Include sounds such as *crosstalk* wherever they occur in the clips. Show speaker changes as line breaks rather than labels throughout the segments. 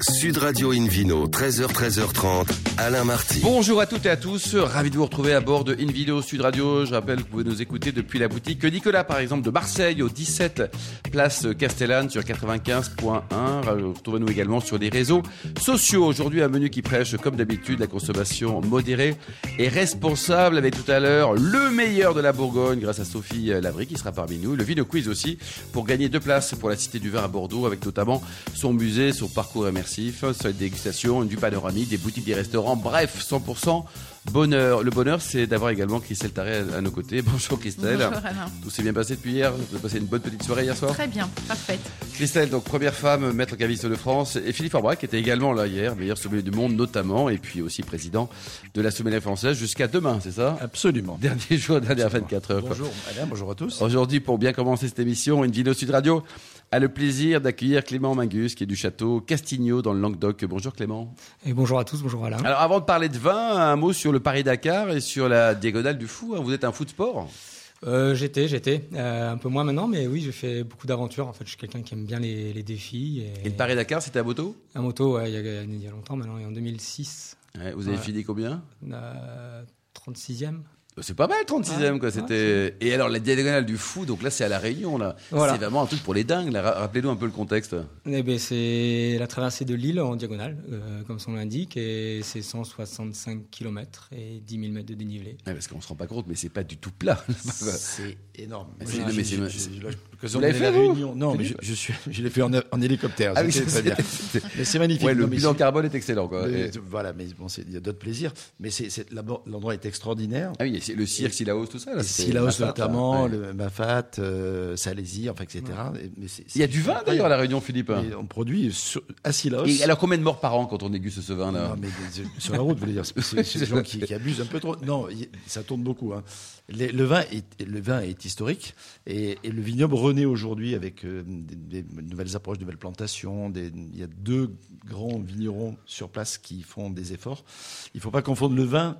Sud Radio Invino, 13h, 13h30, Alain Marty.
Bonjour à toutes et à tous, ravi de vous retrouver à bord de InVideo Sud Radio. Je rappelle que vous pouvez nous écouter depuis la boutique Nicolas, par exemple, de Marseille, au 17 Place Castellane, sur 95.1. Retrouvez-nous également sur les réseaux sociaux. Aujourd'hui, un menu qui prêche, comme d'habitude, la consommation modérée et responsable, avec tout à l'heure le meilleur de la Bourgogne, grâce à Sophie Labry, qui sera parmi nous. Le Vino Quiz aussi, pour gagner deux places pour la Cité du Vin à Bordeaux, avec notamment son musée, son parcours immersif cette dégustation, du panoramique, des boutiques, des restaurants, bref, 100% bonheur. Le bonheur, c'est d'avoir également Christelle Taré à, nos côtés. *laughs* Bonjour Christelle.
Bonjour Alain.
Tout s'est bien passé depuis hier Vous avez passé une bonne petite soirée hier soir
Très bien, parfaite.
Christelle, donc première femme maître caviste de France, et Philippe Arbrac qui était également là hier, meilleur sommelier du monde notamment, et puis aussi président de la sommellerie française jusqu'à demain, c'est ça
Absolument.
Dernier jour, dernière 24 heures. quoi.
Bonjour Alain, bonjour à tous.
Aujourd'hui, pour bien commencer cette émission, une vidéo Sud Radio a le plaisir d'accueillir Clément Mingus, qui est du château Castigno dans le Languedoc. Bonjour Clément.
Et bonjour à tous, bonjour Alain.
Alors, avant de parler de vin, un mot sur le Paris-Dakar et sur la diagonale du fou. hein. Vous êtes un fou de sport
Euh, j'étais, j'étais, euh, un peu moins maintenant, mais oui, j'ai fait beaucoup d'aventures. En fait, je suis quelqu'un qui aime bien les, les défis. Et,
Et le Paris-Dakar, c'était à moto
La moto, ouais, il, y a, il y a longtemps maintenant, et en 2006,
Ouais, Vous avez
Ouais.
fini combien Euh,
euh, 36e.
C'est pas mal, 36e, quoi.
Ouais,
C'était. Et alors, la diagonale du fou, donc là, c'est à La Réunion, là.
Voilà.
C'est vraiment un truc pour les dingues, là. Ra- Rappelez-nous un peu le contexte.
Eh ben, c'est la traversée de l'île en diagonale, euh, comme son l'indique, et c'est 165 km et 10 000 mètres de dénivelé.
Ouais, parce qu'on se rend pas compte, mais c'est pas du tout plat. *laughs*
C'est énorme.
Mais
Moi,
c'est-
j'ai-
mais
j'ai-
c'est-
j'ai- j'ai-
Vous
l'occasion
l'avez
d'aller
fait,
à la
vous
Réunion. Non, mais je, je suis, je l'ai fait en, en hélicoptère.
Ah oui,
C'était
ça,
très bien.
*laughs*
Mais *laughs* c'est magnifique.
Ouais, le
Non, mais
bilan
c'est-
carbone est excellent, quoi.
mais-
Et-
Voilà, mais bon, c'est- il y a d'autres plaisirs. Mais c'est- c'est- l'abo- l'endroit est extraordinaire.
Ah oui, c'est le cirque, Silaos, tout ça. Là, Ah, c'est
Silaos
Mafate, là.
notamment,
Ouais.
le Mafat, euh, Salésie, enfin, etc. Et- mais c'est-
Il y a
c'est
du vin d'ailleurs à
incroyable.
la Réunion, Philippe.
Mais On produit sur- à Silaos.
Et alors combien de morts par an quand on déguste ce vin là
Non, mais des- sur la route, vous voulez dire, c'est c'est- c'est des gens qui, qui abusent un peu trop. Non, y- ça tourne beaucoup. hein. Les- le, vin est, le vin est historique et, et le vignoble renaît aujourd'hui avec euh, des, des nouvelles approches, de nouvelles plantations. des- Il y a deux grands vignerons sur place qui font des efforts. Il ne faut pas confondre le vin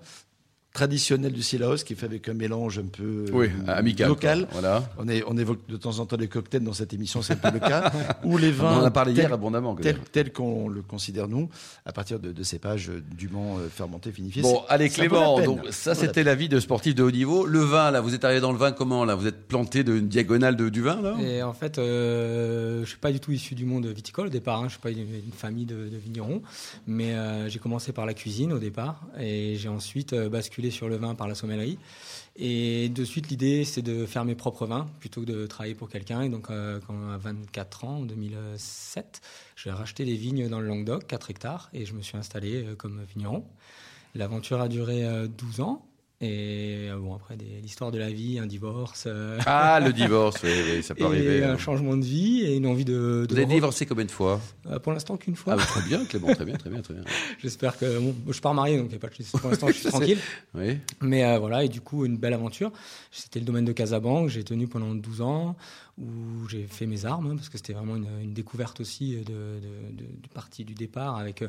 traditionnel du Silaos qui est fait avec un mélange un peu
Oui,
euh,
amical.
local.
quoi. Voilà.
On, est- on évoque de temps en temps des cocktails dans cette émission, c'est un peu le
*laughs*
cas. Ou les
On
vins.
en a parlé hier
tels-
abondamment. quand
tel,
même.
tel qu'on le considère nous, à partir de, de cépages euh, dûment euh, fermentés, vinifiés.
Bon,
C'est-
allez
ça vaut la
Clément,
peine.
donc ça
vaut la
c'était la vie de sportif de haut niveau. Le vin là, vous êtes arrivé dans le vin comment là Vous êtes planté d'une diagonale de, du vin là
Et en fait, euh, je suis pas du tout issu du monde viticole au départ. hein. Je suis pas une, une famille de, de vignerons, mais euh, j'ai commencé par la cuisine au départ, et j'ai ensuite euh, basculé sur le vin par la sommellerie. Et de suite, l'idée, c'est de faire mes propres vins plutôt que de travailler pour quelqu'un. Et donc, euh, quand à 24 ans, en 2007, j'ai racheté des vignes dans le Languedoc, 4 hectares, et je me suis installé euh, comme vigneron. L'aventure a duré euh, 12 ans. Et euh, bon, après, des- l'histoire de la vie, un divorce. euh,
Ah, le divorce, oui, oui, ça peut
et
arriver.
un
hein.
changement de vie et une envie de. de
Vous avez
re-
divorcé combien de fois
Euh, Pour l'instant, qu'une fois.
Ah, bah, très bien, Clément, très bien, très bien, très bien.
J'espère que. Bon, je pars marié, donc il y a pas de souci.
*laughs*
Pour l'instant, je suis
Je sais.
tranquille.
Oui.
Mais euh, voilà, et du coup, une belle aventure. C'était le domaine de Casablanca, que j'ai tenu pendant 12 ans, où j'ai fait mes armes, hein, parce que c'était vraiment une, une découverte aussi euh, de, de- de- du parti du départ, avec euh,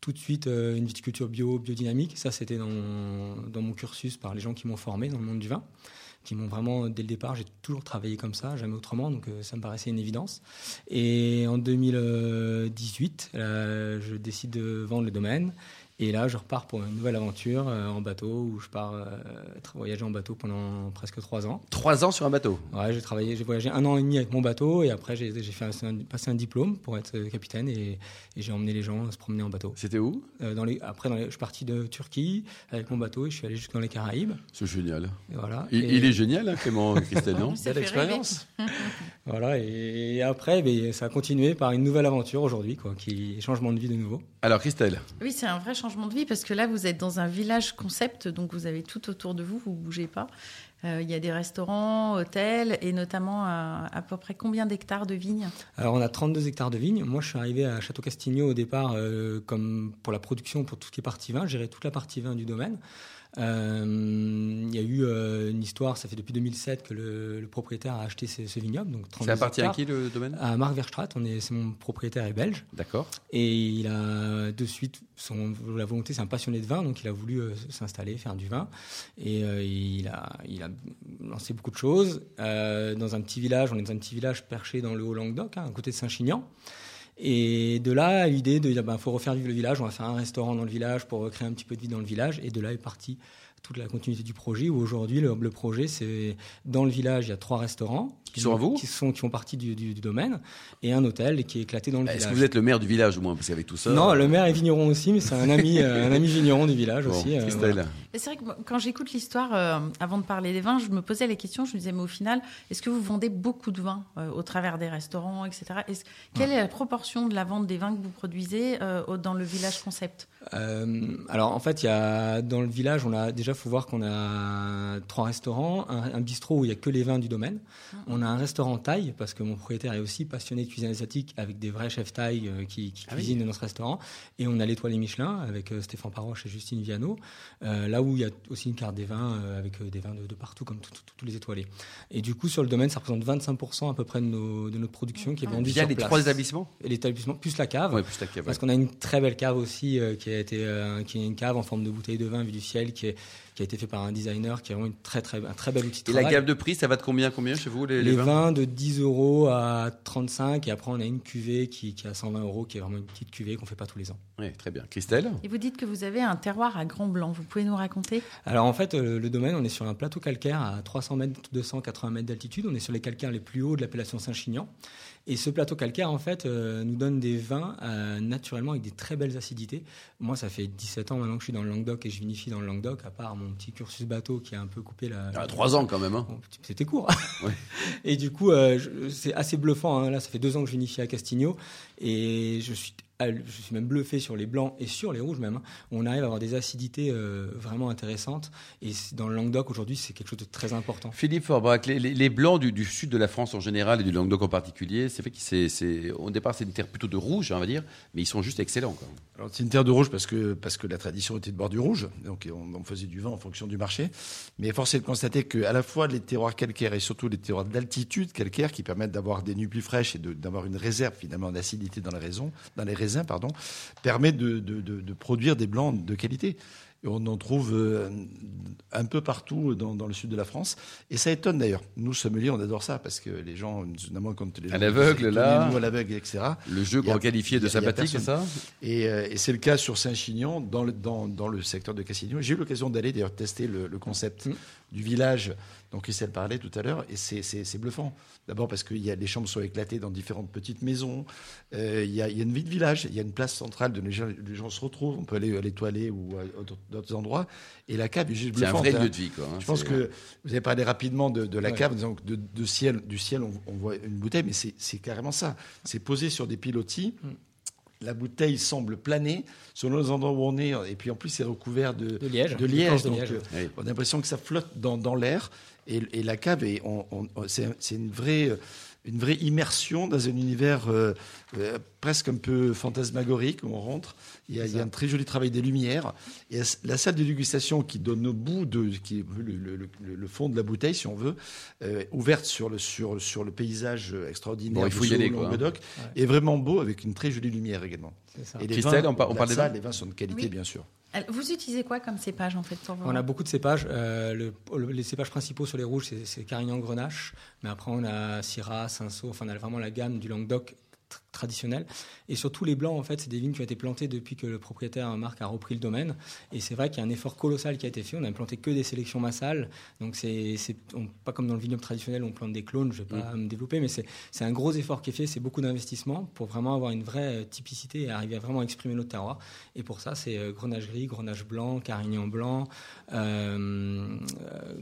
tout de suite euh, une viticulture bio, biodynamique. Ça, c'était dans, mon- dans mon cursus par les gens qui m'ont formé dans le monde du vin, qui m'ont vraiment, euh, dès le départ, j'ai toujours travaillé comme ça, jamais autrement, donc euh, ça me paraissait une évidence. Et en 2018, euh, je décide de vendre le domaine. Et là, je repars pour une nouvelle aventure euh, en bateau où je pars euh, tra- voyager en bateau pendant presque trois ans.
Trois ans sur un bateau.
Ouais, j'ai travaillé, j'ai voyagé un an et demi avec mon bateau et après j'ai j'ai fait un- un- passé un diplôme pour être euh, capitaine et, et j'ai emmené les gens se promener en bateau.
C'était où
Euh, dans les, après, dans les- je suis parti de Turquie avec mon bateau et je suis allé jusque dans les Caraïbes.
C'est génial.
Et voilà.
Il,
Et-
il est génial, hein, Clément, Christelle, *laughs* non
Ça fait rêver.
Voilà. Et après, ben, ça a continué par une nouvelle aventure aujourd'hui, quoi, qui changement de vie de nouveau.
Alors, Christelle,
Oui, c'est un vrai changement de vie parce que là, vous êtes dans un village concept, donc vous avez tout autour de vous, vous bougez pas. Euh, Il y a des restaurants, hôtels et notamment à, à peu près combien d'hectares de vignes
Alors on a 32 hectares de vignes. Moi je suis arrivé à Château Castigno au départ euh, comme pour la production, pour tout ce qui est partie vin, gérer toute la partie vin du domaine. Euh, Il y a eu euh, une histoire, ça fait depuis 2007 que le, le propriétaire a acheté ce, ce vignoble. Donc 32
ça appartient à
hectares.
qui le domaine
À Marc Verstraat, on est, c'est mon propriétaire est belge
D'accord.
et il a de suite son, la volonté, c'est un passionné de vin, donc il a voulu euh, s'installer, faire du vin et euh, il, a, il a lancé beaucoup de choses euh, dans un petit village. On est dans un petit village perché dans le Haut-Languedoc, hein, à côté de Saint-Chinian. Et de là, l'idée de dire, ben, faut refaire vivre le village, on va faire un restaurant dans le village pour créer un petit peu de vie dans le village. Et de là est partie toute la continuité du projet, où aujourd'hui, le, le projet, c'est dans le village, il y a trois restaurants.
Qui sont à vous
Qui, sont, qui font partie du, du- du domaine, et un hôtel qui est éclaté dans le
Est-ce que
village.
vous êtes le maire du village au moins Parce qu'avec tout ça.
Non,
euh,
le maire est vigneron aussi, mais c'est un ami, euh, un ami vigneron du village
bon,
aussi. euh,
Christelle.
voilà.
Mais C'est vrai que moi, quand j'écoute l'histoire, euh, avant de parler des vins, je me posais la question, je me disais, mais au final, est-ce que vous vendez beaucoup de vins euh, au travers des restaurants, etc. Est-ce- quelle est la proportion de la vente des vins que vous produisez euh, au- dans le village concept
Euh, alors en fait, il y a dans le village, on a déjà faut voir qu'on a trois restaurants, un, un bistrot où il y a que les vins du domaine.
Ah.
On a un restaurant thaï parce que mon propriétaire est aussi passionné de cuisine asiatique avec des vrais chefs thaï euh, qui, qui
Ah oui.
cuisinent dans notre restaurant. Et on a l'étoilé Michelin avec euh, Stéphane Paroche et Justine Viano. euh, là où il y a aussi une carte des vins euh, avec euh, des vins de, de partout comme tout- tout- tous les étoilés. Et du coup sur le domaine, ça représente 25% à peu près de, nos- de notre production qui est vendue
Ah. Via
sur
les
place.
trois établissements
L'établissement plus la cave.
Ah Ouais, plus la cave.
Parce qu'on a une très belle cave aussi, euh, qui a été, euh, qui est une cave en forme de bouteille de vin vue du ciel, qui, est- qui a été fait par un designer, qui est vraiment une très, très, un très bel outil de
Et la
travail.
gamme de prix, ça va de combien à combien chez vous, les,
les vins de 10 euros à 35, et après on a une cuvée qui, qui est à 120 euros, qui est vraiment une petite cuvée qu'on fait pas tous les ans.
Ouais, très bien. Christelle
Et vous dites que vous avez un terroir à Grand Blanc, vous pouvez nous raconter
Alors en fait, euh, le domaine, on est sur un plateau calcaire à 300 mètres, 280 mètres d'altitude. On est sur les calcaires les plus hauts de l'appellation Saint-Chinian. Et ce plateau calcaire, en fait, euh, nous donne des vins euh, naturellement avec des très belles acidités. Moi, ça fait 17 ans maintenant que je suis dans le Languedoc et je vinifie dans le Languedoc, à part mon petit cursus bateau qui a un peu coupé la...
Ah, Trois ans quand même. hein.
Bon, C'était court.
Ouais.
*laughs* Et du coup, euh, je- c'est assez bluffant. hein. Là, ça fait deux ans que je vinifie à Castigno et je suis, al- je suis même bluffé sur les blancs et sur les rouges même. hein. On arrive à avoir des acidités euh, vraiment intéressantes. Et c'est- dans le Languedoc, aujourd'hui, c'est quelque chose de très important.
Philippe Forbrac, les, les- les blancs du, du sud de la France en général et du Languedoc en particulier, c'est fait que c'est- c'est- au départ c'est une terre plutôt de rouge, hein, on va dire, mais ils sont juste excellents. quoi.
Alors, c'est une terre de rouge parce que, parce que la tradition était de boire du rouge. Donc, on, on faisait du vin en fonction du marché. Mais force est de constater que, à la fois, les terroirs calcaires et surtout les terroirs d'altitude calcaire qui permettent d'avoir des nuits plus fraîches et de- d'avoir une réserve, finalement, d'acidité dans, la raison- dans les raisins, pardon, permet de, de- de- de produire des blancs de qualité. Et on en trouve euh, un peu partout dans, dans le sud de la France. Et ça étonne d'ailleurs. Nous, sommeliers, on adore ça parce que les gens, notamment quand les gens.
À l'aveugle, là.
Nous, à l'aveugle, etc.
Le jeu
Il y a-
grand qualifié
il
de
y a- il y a
sympathique, c'est ça
Et, euh, et c'est le cas sur Saint-Chinian, dans le, dans, dans le secteur de Cassignon. J'ai eu l'occasion d'aller d'ailleurs tester le, le concept
Mm.
du village dont Christelle parlait tout à l'heure, et c'est- c'est c'est bluffant. D'abord parce que il y a, les chambres sont éclatées dans différentes petites maisons, Euh, il y, a, il y a une vie de village, il y a une place centrale où les gens, les gens se retrouvent, on peut aller à l'étoilée ou à d'autres- d'autres endroits, et la cave est juste
C'est un
bluffante.
vrai
hein.
lieu de vie. Quoi, hein,
Je pense
c'est-
que vous avez parlé rapidement de, de la
euh, Ouais.
cave, donc de, de ciel, du ciel, on, on voit une bouteille, mais c'est c'est carrément ça. C'est posé sur des pilotis.
Mm.
La bouteille semble planer selon les endroits où on est. Et puis en plus, c'est recouvert de,
De Liège.
de liège.
De
Donc,
Liège,
euh,
Oui.
on a l'impression que ça flotte dans, dans l'air. Et, et la cave, est- on- on- on- c'est c'est une vraie, une vraie immersion dans un univers euh, euh, presque un peu fantasmagorique où on rentre. Il y, a, il y a un très joli travail des lumières. Et la s- la salle de dégustation qui donne au bout de qui est le, le- le- le fond de la bouteille, si on veut, euh, ouverte sur le, sur, sur le paysage extraordinaire
Bon, il
du
faut y
sous-
aller, quoi, hein.
Languedoc, est vraiment beau avec une très jolie lumière également.
C'est ça.
Et les
Christelle,
vins,
on par- on
la
parle des
salle,
vins
Les vins sont de qualité,
Oui.
bien sûr.
Elle- Vous utilisez quoi comme cépage en fait pour vos
On a
vins
beaucoup de cépages. Euh, le- le- les cépages principaux sur les rouges, c'est- c'est Carignan Grenache. Mais après, on a Syrah, Cinsault. Enfin, on a vraiment la gamme du Languedoc tr- traditionnelle. Et surtout, les blancs, en fait, c'est des vignes qui ont été plantées depuis que le propriétaire euh, Marc a repris le domaine. Et c'est vrai qu'il y a un effort colossal qui a été fait. On a planté que des sélections massales. Donc, c'est c'est- on- pas comme dans le vignoble traditionnel, on plante des clones. Je vais pas me développer, mais c'est c'est un gros effort qui est fait. C'est beaucoup d'investissement pour vraiment avoir une vraie euh, typicité et arriver à vraiment exprimer notre terroir. Et pour ça, c'est euh, Grenache gris, Grenache blanc, Carignan blanc. Euh, euh,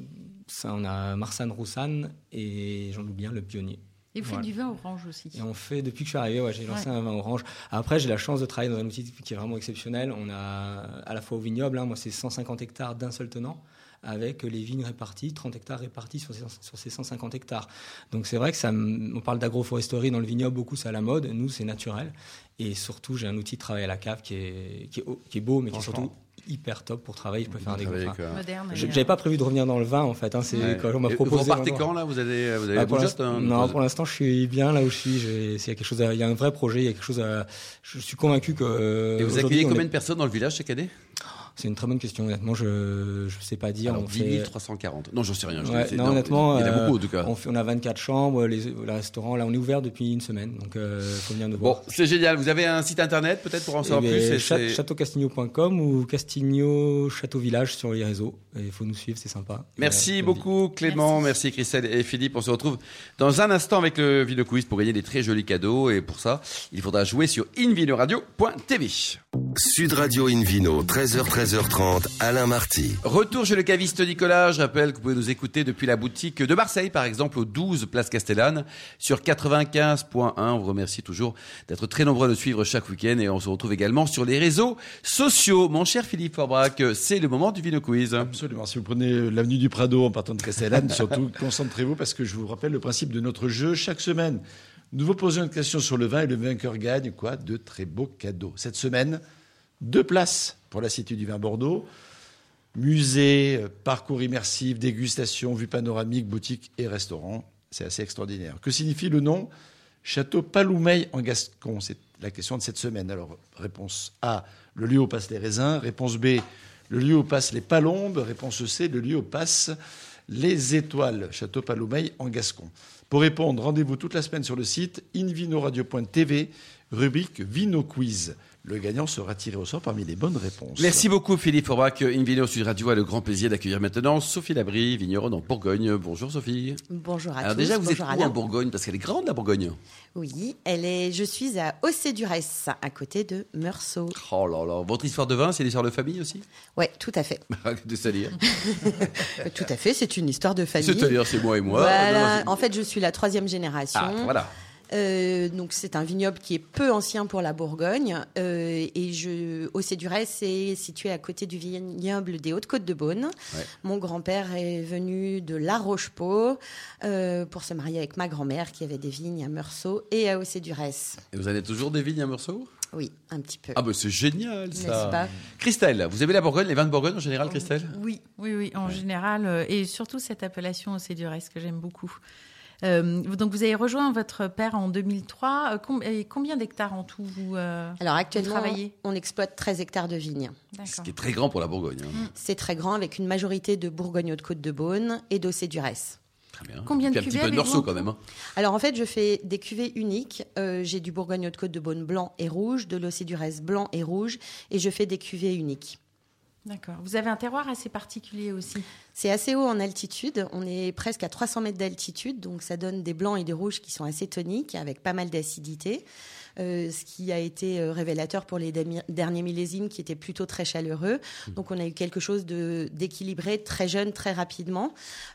ça, on a Marsan Roussan et j'en oublie un, le pionnier.
Et vous faites
Voilà.
du vin orange aussi.
Et on fait, depuis que je suis arrivé, ouais, j'ai lancé un vin orange. Après, j'ai la chance de travailler dans un outil qui est vraiment exceptionnel. On a à la fois au vignoble, hein, moi c'est 150 hectares d'un seul tenant, avec les vignes réparties, 30 hectares répartis sur ces, sur ces 150 hectares. Donc c'est vrai que ça, me- on parle d'agroforesterie dans le vignoble, beaucoup c'est à la mode, nous c'est naturel. Et surtout, j'ai un outil de travail à la cave qui est, qui est, haut- qui est beau, mais qui est surtout
Franchement.
hyper top pour travailler. Je peux faire un
Vous
dégoût.
travaillez,
Enfin,
quoi.
Moderne. et,
je-
euh,
J'avais pas prévu de revenir dans le vin en fait. Hein, c'est
Ouais.
quand on m'a
Et
proposé.
Vous repartez
vraiment-
quand là Vous avez vous avez
Bah,
tout
pour
juste,
l'instant-
hein,
non,
vous-
pour l'instant, je suis bien là où je suis. J'ai- c'est- Il y a quelque chose, à- il y a un vrai projet, il y a quelque chose. à- je suis convaincu que. euh,
Et vous
aujourd'hui,
accueillez
on
combien
est-
de personnes dans le village chaque année
C'est une très bonne question. Honnêtement, je ne sais pas dire.
Alors,
on
10
fait-
340. Non, j'en sais rien. je
Ouais,
sais-
non,
non,
honnêtement,
il y en a
euh,
beaucoup en tout cas.
On, fait- on a 24 chambres, les, le restaurant, là, on est ouvert depuis une semaine, donc euh, faut venir nous
Bon,
voir.
c'est génial. Vous avez un site internet peut-être pour en savoir
Eh
plus
ben,
c'est-
cha-
c'est-
Châteaucastigno.com ou Castigno Château Village sur les réseaux. Il faut nous suivre, c'est sympa.
Merci
Et, euh,
beaucoup Clément, merci.
Merci.
Christelle et Philippe. On se retrouve dans un instant avec le Vino Quiz pour gagner des très jolis cadeaux. Et pour ça, il faudra jouer sur invinoradio.tv.
Sud Radio Invino, 13h, 13h30, Alain Marty.
Retour chez le caviste Nicolas. Je rappelle que vous pouvez nous écouter depuis la boutique de Marseille, par exemple, au 12 Place Castellane, sur 95.1. On vous remercie toujours d'être très nombreux à nous suivre chaque week-end. Et on se retrouve également sur les réseaux sociaux. Mon cher Philippe Forbrac, c'est le moment du Vino Quiz.
Absolument. Si vous prenez l'avenue du Prado en partant de Castellane, surtout concentrez-vous parce que je vous rappelle le principe de notre jeu chaque semaine. Nous vous posons une question sur le vin et le vainqueur gagne quoi De très beaux cadeaux. Cette semaine, deux places pour la Cité du vin Bordeaux. Musée, euh, parcours immersif, dégustation, vue panoramique, boutique et restaurant. C'est assez extraordinaire. Que signifie le nom Château Paloumeil en Gascon C'est la question de cette semaine. Alors, réponse A, le lieu où passent les raisins. Réponse B, le lieu où passent les palombes. Réponse C, le lieu où passent les étoiles. Château Paloumeil en Gascon. Pour répondre, rendez-vous toute la semaine sur le site invinoradio.tv, rubrique Vino Quiz. Le gagnant sera tiré au sort parmi les bonnes réponses.
Merci beaucoup Philippe Forbrac. Invino Sud Radio a le grand plaisir d'accueillir maintenant Sophie Labrie, vigneronne en Bourgogne. Bonjour Sophie.
Bonjour à
Alors
tous.
déjà, vous êtes
bonjour
où
Alain.
en Bourgogne Parce qu'elle est grande la Bourgogne.
Oui, elle est, je suis à Océ-du-Resse, à côté de Meursault.
Oh là là. Votre histoire de vin, c'est l'histoire de famille aussi *laughs*
Oui, tout à fait.
De salir.
Euh, tout à fait, c'est une histoire de famille.
C'est-à-dire, c'est moi et moi.
Voilà,
Non, c'est-
en fait, je suis la troisième génération.
Ah, voilà.
Euh, donc, c'est un vignoble qui est peu ancien pour la Bourgogne. Euh, et je, Océ-du-Resse est situé à côté du vignoble des Hautes-Côtes de Beaune.
Ouais.
Mon grand-père est venu de La Roche-Pau euh, pour se marier avec ma grand-mère qui avait des vignes à Meursault et à Océ-du-Resse.
Et vous avez toujours des vignes à Meursault
Oui, un petit peu.
Ah, bah c'est génial
N'est-ce
ça.
pas
Christelle, vous aimez la Bourgogne, les vins de Bourgogne en général, Christelle
Oui, oui, oui, en général, euh, et surtout cette appellation au du reste que j'aime beaucoup. Euh, donc vous avez rejoint votre père en 2003. Euh, com- et combien d'hectares en tout vous euh,
Alors actuellement,
travaillez
on exploite 13 hectares de vignes.
Ce
D'accord.
qui est très grand pour la Bourgogne. hein.
C'est très grand avec une majorité de Bourgogne-Haute-Côte de Beaune et d'Ossé-du-Resse.
Très bien.
Combien
Et puis
de
un
cuvées
petit peu de
avez-vous
Meursault
en
quand même. hein.
Alors en fait, je fais des cuvées uniques. Euh, J'ai du Bourgogne-Haute-Côte de Beaune blanc et rouge, de l'Ossé-du-Resse blanc et rouge et je fais des cuvées uniques.
D'accord. Vous avez un terroir assez particulier aussi.
C'est assez haut en altitude, on est presque à 300 mètres d'altitude, donc ça donne des blancs et des rouges qui sont assez toniques, avec pas mal d'acidité, Euh, ce qui a été euh, révélateur pour les demi- derniers millésimes qui étaient plutôt très chaleureux.
Mmh.
Donc on a eu quelque chose de- d'équilibré, très jeune, très rapidement.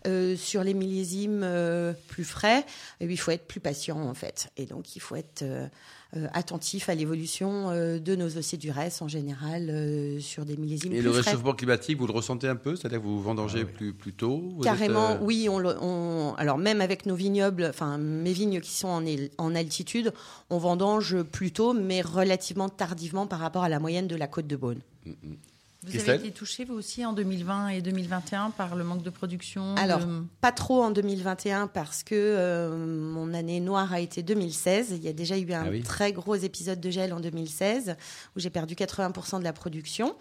Euh, sur les millésimes euh, plus frais, euh, il faut être plus patient en fait, et donc il faut être euh, euh, attentif à l'évolution euh, de nos océdurès en général euh, sur des millésimes
Et
plus
le
frais.
réchauffement climatique, vous le ressentez un peu C'est-à-dire que vous vous vendangez
Ah oui.
plus, plus tôt vous
Carrément,
êtes, euh,
oui. On, le- on- alors même avec nos vignobles, enfin mes vignes qui sont en, él- en altitude, on vendange plus tôt, mais relativement tardivement par rapport à la moyenne de la côte de Beaune.
Vous
Christelle
avez été touché vous aussi en 2020 et 2021 par le manque de production.
Alors,
de-
pas trop en 2021 parce que euh, mon année noire a été 2016. Il y a déjà eu un
Ah oui.
très gros épisode de gel en 2016 où j'ai perdu 80% de la production.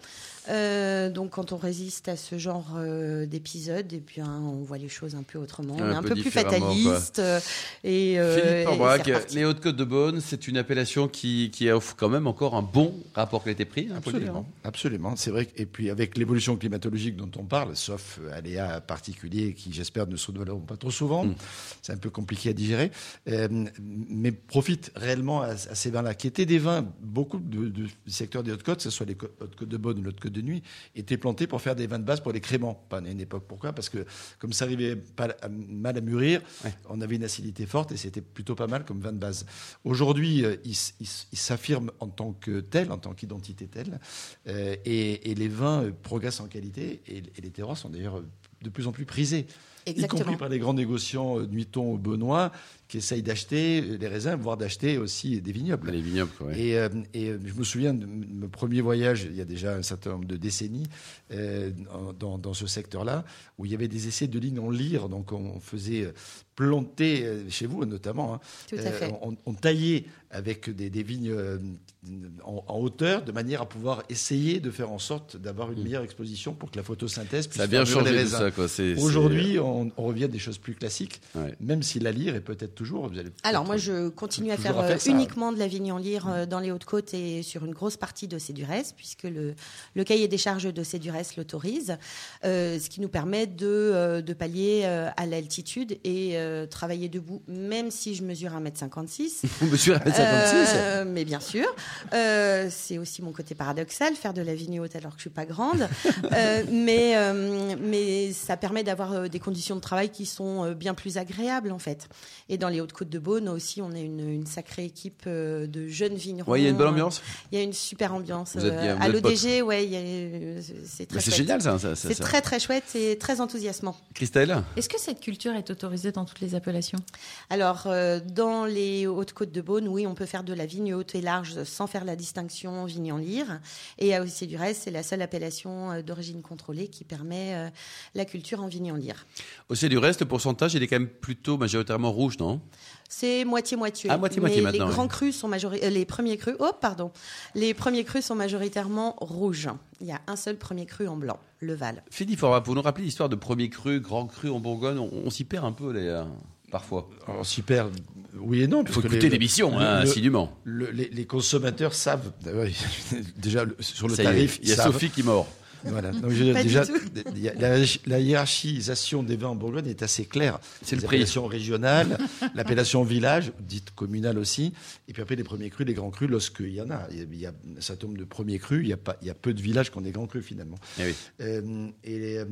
Euh, donc, quand on résiste à ce genre euh, d'épisode, eh bien, on voit les choses un peu autrement.
Un
on est un
peu
peu plus
différemment, quoi.
fataliste. euh, et, euh, et
Philippe Forbrac,
c'est reparti.
les Hautes-Côtes de Beaune, c'est une appellation qui, qui offre quand même encore un bon rapport qualité-prix. hein, faut le dire,
Absolument,
hein.
absolument. C'est vrai. que- Et puis avec l'évolution climatologique dont on parle, sauf euh, aléas particuliers qui, j'espère, ne se renouvelleront pas trop souvent,
Mm.
c'est un peu compliqué à digérer, euh, mais profite réellement à, à ces vins-là, qui étaient des vins, beaucoup de, de- du secteur des Hautes-Côtes, que ce soit les co- Hautes-Côtes de Beaune ou les Hautes-Côtes de Nuit, étaient plantés pour faire des vins de base pour les créments, pas à une époque. Pourquoi Parce que comme ça arrivait pas à- mal à mûrir,
Ouais.
on avait une acidité forte et c'était plutôt pas mal comme vin de base. Aujourd'hui, euh, il, s- il s- il s'affirme en tant que tel, en tant qu'identité telle, euh, et, et les vins euh, progressent en qualité et, et les terroirs sont d'ailleurs euh, de plus en plus prisés, y
Exactement.
compris par les grands négociants euh, Nuiton ou Benoît, qui essayent d'acheter des raisins, voire d'acheter aussi des vignobles.
Les vignobles, quoi, ouais.
Et, euh, et, euh, je me souviens de m- mon premier voyage, il y a déjà un certain nombre de décennies, euh, en- dans, dans ce secteur-là, où il y avait des essais de lignes en lyre. Donc on faisait euh, planter, euh, chez vous notamment, hein,
Tout à fait.
on, on taillait avec des, des vignes euh, en, en hauteur, de manière à pouvoir essayer de faire en sorte d'avoir une meilleure exposition pour que la photosynthèse puisse
Mm. hein. Ça a bien
faire mûrir les
changé tout
raisins.
ça, quoi. C'est- c'est-
Aujourd'hui, on, on revient à des choses plus classiques,
Ouais.
même si la lyre est peut-être toujours. vous allez
Alors moi,
peut-être-
je continue à
euh, Toujours
faire,
à faire
euh,
ça.
uniquement de la vigne en lyre euh, dans les Hautes-Côtes et sur une grosse partie de Cédurès, puisque le, le cahier des charges de Cédurès l'autorise, euh, ce qui nous permet de, euh, de pallier euh, à l'altitude et euh, travailler debout, même si je mesure 1m56.
*laughs* Monsieur 1m56
Euh, mais bien sûr. Euh, c'est aussi mon côté paradoxal, faire de la vigne haute alors que je suis
*laughs*
pas grande. Euh, mais, euh, mais ça permet d'avoir euh, des conditions de travail qui sont euh, bien plus agréables, en fait. Et dans les Hautes-Côtes de Beaune aussi, on est une, une sacrée équipe euh, de jeunes vignerons.
Ouais, il y a une bonne ambiance.
Il y a une super ambiance. euh,
Vous êtes bien, vous
à
êtes
l'ODG, ouais, il y a, euh, c'est
Mais
très
c'est
chouette.
génial, ça. ça, ça,
C'est
ça.
très très chouette et très enthousiasmant.
Christelle
Est-ce que cette culture est autorisée dans toutes les appellations
Alors, euh, dans les Hautes-Côtes de Beaune, oui, on peut faire de la vigne haute et large sans faire la distinction vigne en lyre. Et à aussi du reste, c'est la seule appellation euh, d'origine contrôlée qui permet euh, la culture en vigne en lyre.
Aussi, du reste, le pourcentage, il est quand même plutôt majoritairement rouge, non
C'est moitié-moitié.
Ah, moitié-moitié
Mais
maintenant,
Les grands
oui.
crus sont majori- euh, les premiers crus, oh pardon, les premiers crus sont majoritairement rouges. Il y a un seul premier cru en blanc, le Val.
Philippe, Forra, pour nous rappeler l'histoire de premier cru, grand cru en Bourgogne, on, on s'y perd un peu, les, euh, parfois.
Alors, super, oui et non.
Il faut
puisque
écouter
les-
l'émission,
le-
hein,
le-
assidûment.
le- les, les consommateurs savent, d'ailleurs, *laughs* déjà le- sur le
Ça y est,
tarif,
il y a
ils savent.
Sophie qui mord.
Voilà. Donc, je veux dire,
Pas du
déjà,
tout.
il y a- la, la hiérarchisation des vins en Bourgogne est assez claire.
C'est le
Les
prix. *laughs*
appellations régionales, l'appellation village, dite communale aussi, et puis après les premiers crus, les grands crus, lorsqu'il y en a. Il y a- il y a un certain nombre de premiers crus, il y a, pas, il y a peu de villages qui ont des grands crus finalement.
Eh oui.
Euh, et les, euh,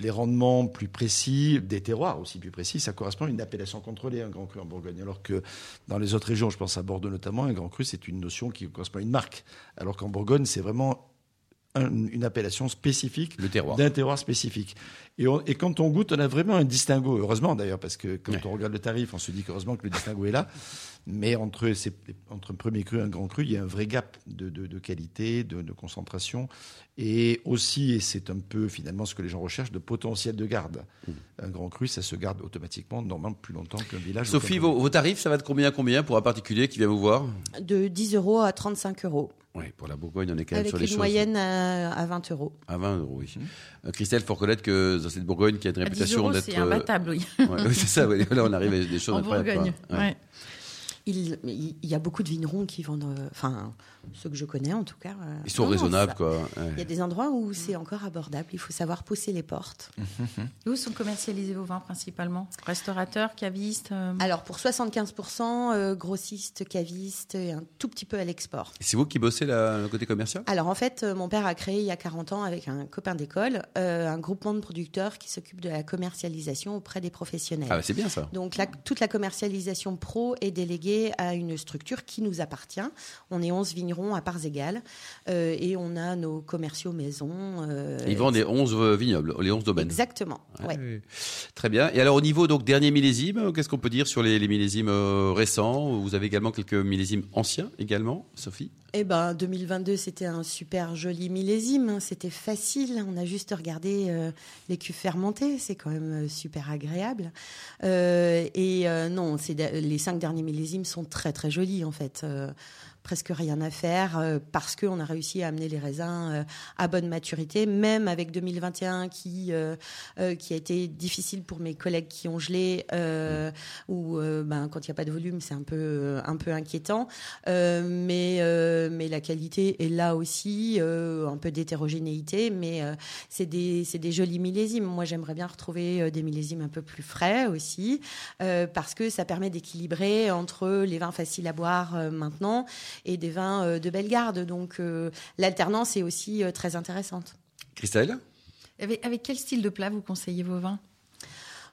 les rendements plus précis, des terroirs aussi plus précis, ça correspond à une appellation contrôlée, un grand cru en Bourgogne. Alors que dans les autres régions, je pense à Bordeaux notamment, un grand cru, c'est une notion qui correspond à une marque. Alors qu'en Bourgogne, c'est vraiment un- une appellation spécifique
Le terroir.
d'un terroir spécifique. Et, on- et quand on goûte, on a vraiment un distinguo. Heureusement d'ailleurs, parce que quand on regarde le tarif, on se dit qu'heureusement que le distinguo est là. Mais entre, ces- entre un premier cru et un grand cru, il y a un vrai gap de, de- de qualité, de, de concentration. Et aussi, et c'est un peu finalement ce que les gens recherchent, de potentiel de garde.
Mm.
Un grand cru, ça se garde automatiquement, normalement plus longtemps qu'un village. ou
Sophie,
qu'un-
vos, vos tarifs, ça va de combien à combien pour un particulier qui vient vous voir
De 10 euros à 35 euros,
Oui, pour la Bourgogne, on est quand même
avec
sur
une
les choses.
moyenne euh, à, à 20 euros.
À 20 euros, oui. Euh, Christelle, il faut reconnaître que dans cette Bourgogne qui a une
Hmm. À 10
réputation
euros,
d'être.
c'est
euh,
imbattable, oui.
ouais, oui, c'est ça, ouais. là on arrive à des choses
En
incroyables, quoi.
Bourgogne.
Ouais.
ouais.
Il, il il y a beaucoup de vignerons qui vendent, euh, enfin, ceux que je connais en tout cas. euh,
Ils sont
non, non,
raisonnables,
ça-
quoi. Ouais.
Il y a des endroits où c'est encore abordable. Il faut savoir pousser les portes.
Mm.
Et Où sont commercialisés vos vins principalement Restaurateurs, cavistes euh,
Alors, pour 75%, euh, grossistes, cavistes et un tout petit peu à l'export.
Et C'est vous qui bossez là, le côté commercial
Alors, en fait, euh, mon père a créé il y a 40 ans, avec un copain d'école, euh, un groupement de producteurs qui s'occupe de la commercialisation auprès des professionnels.
Ah, bah, c'est bien ça.
Donc la- toute la commercialisation pro est déléguée à une structure qui nous appartient. On est 11 vignerons à parts égales euh, et on a nos commerciaux maison. euh,
Ils vendent les 11 vignobles, les 11 domaines.
Exactement. ouais.
Oui. Très bien. Et alors au niveau donc dernier millésime, euh, qu'est-ce qu'on peut dire sur les, les millésimes euh, récents Vous avez également quelques millésimes anciens également, Sophie.
Eh ben 2022 c'était un super joli millésime, hein. c'était facile, on a juste regardé euh, les cuves fermentées, c'est quand même euh, super agréable. Euh, et euh, non, c'est de- les cinq derniers millésimes sont très très jolis en fait, Euh, presque rien à faire euh, parce qu'on a réussi à amener les raisins euh, à bonne maturité, même avec 2021 qui euh, euh, qui a été difficile pour mes collègues qui ont gelé euh, ou euh, ben quand il n'y a pas de volume c'est un peu un peu inquiétant. Euh, mais, euh, mais la qualité est là aussi, euh, un peu d'hétérogénéité, mais euh, c'est des, c'est des jolis millésimes. Moi, j'aimerais bien retrouver euh, des millésimes un peu plus frais aussi, euh, parce que ça permet d'équilibrer entre les vins faciles à boire euh, maintenant et des vins euh, de belle garde. Donc, euh, l'alternance est aussi euh, très intéressante.
Christelle
avec, avec quel style de plat vous conseillez vos vins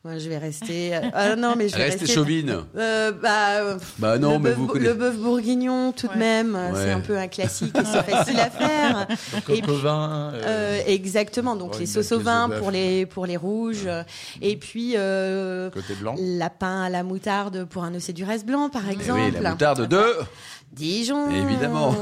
Ouais, je vais rester. euh, ah non, mais je vais
Restez
rester-
chauvine.
Euh, bah, euh,
Bah non,
le
mais
bœuf-
vous
le
connaissez.
bœuf bourguignon, tout
Ouais.
de même, euh,
Ouais.
c'est un peu un classique et c'est facile à faire. Et
Coq au vin.
Euh,
euh,
exactement, donc
ouais,
les
une
sauces
bonne
au
pièce de
vin
bœuf.
pour les, pour les rouges. euh, Et puis, euh,
Côté blanc.
lapin à la moutarde pour un ossé du reste blanc, par
Eh
exemple.
oui, la moutarde de.
Dijon.
Évidemment.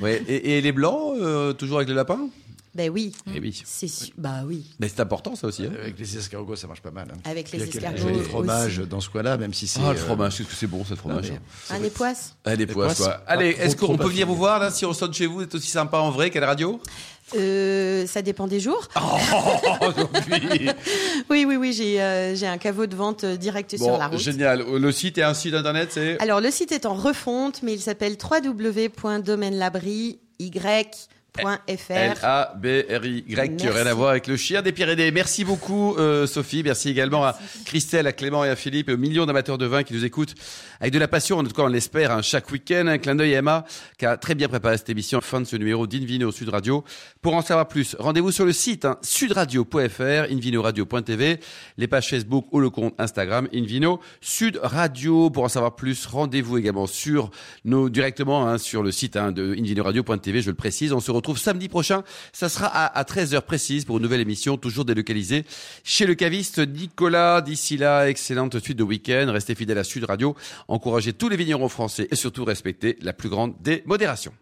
Ouais. Et, et les blancs, euh, toujours avec les lapins
*laughs* ben oui,
Eh oui.
c'est su- Bah oui,
Mais c'est important ça
Euh,
aussi. hein.
Avec les escargots, ça marche pas mal. hein.
avec
Il y
les
a quelques
escargots.
jolis
aussi.
fromages dans ce coin-là, même si c'est.
Ah,
oh,
euh,
le fromage, qu'est-ce que c'est bon, ça, le fromage.
mais-
hein.
Un époisse.
Ah, les
Les
poisses,
poisses,
quoi.
pas
Allez,
trop,
est-ce qu'on
trop
peut venir
affinés.
vous voir, là, si on sonne chez vous, vous êtes aussi sympa en vrai Quelle radio
Euh, ça dépend des jours. *laughs* oui, oui, oui, j'ai euh, j'ai un caveau de vente euh, direct sur la route.
génial. Le site est un site internet, c'est.
Alors, le site est en refonte, mais il s'appelle www.domainelabry.y.fr.
L-A-B-R-Y,
Merci.
rien à voir avec le chien des Pyrénées. Merci beaucoup, euh, Sophie. Merci également à Christelle, à Clément et à Philippe, et aux millions d'amateurs de vin qui nous écoutent avec de la passion, en tout cas, on l'espère, hein, chaque week-end. Un clin d'œil à Emma, qui a très bien préparé cette émission. Fin de ce numéro d'Invino Sud Radio. Pour en savoir plus, rendez-vous sur le site hein, sudradio.fr, invinoradio.tv, les pages Facebook ou le compte Instagram Invino Sud Radio. Pour en savoir plus, rendez-vous également sur nos, directement hein, sur le site hein, de invinoradio.tv, je le précise. On se retrouve samedi prochain. Ça sera à, à 13h précise pour une nouvelle émission, toujours délocalisée chez le caviste Nicolas. D'ici là, excellente suite de week-end. Restez fidèles à Sud Radio. Encouragez tous les vignerons français et surtout respectez la plus grande des modérations.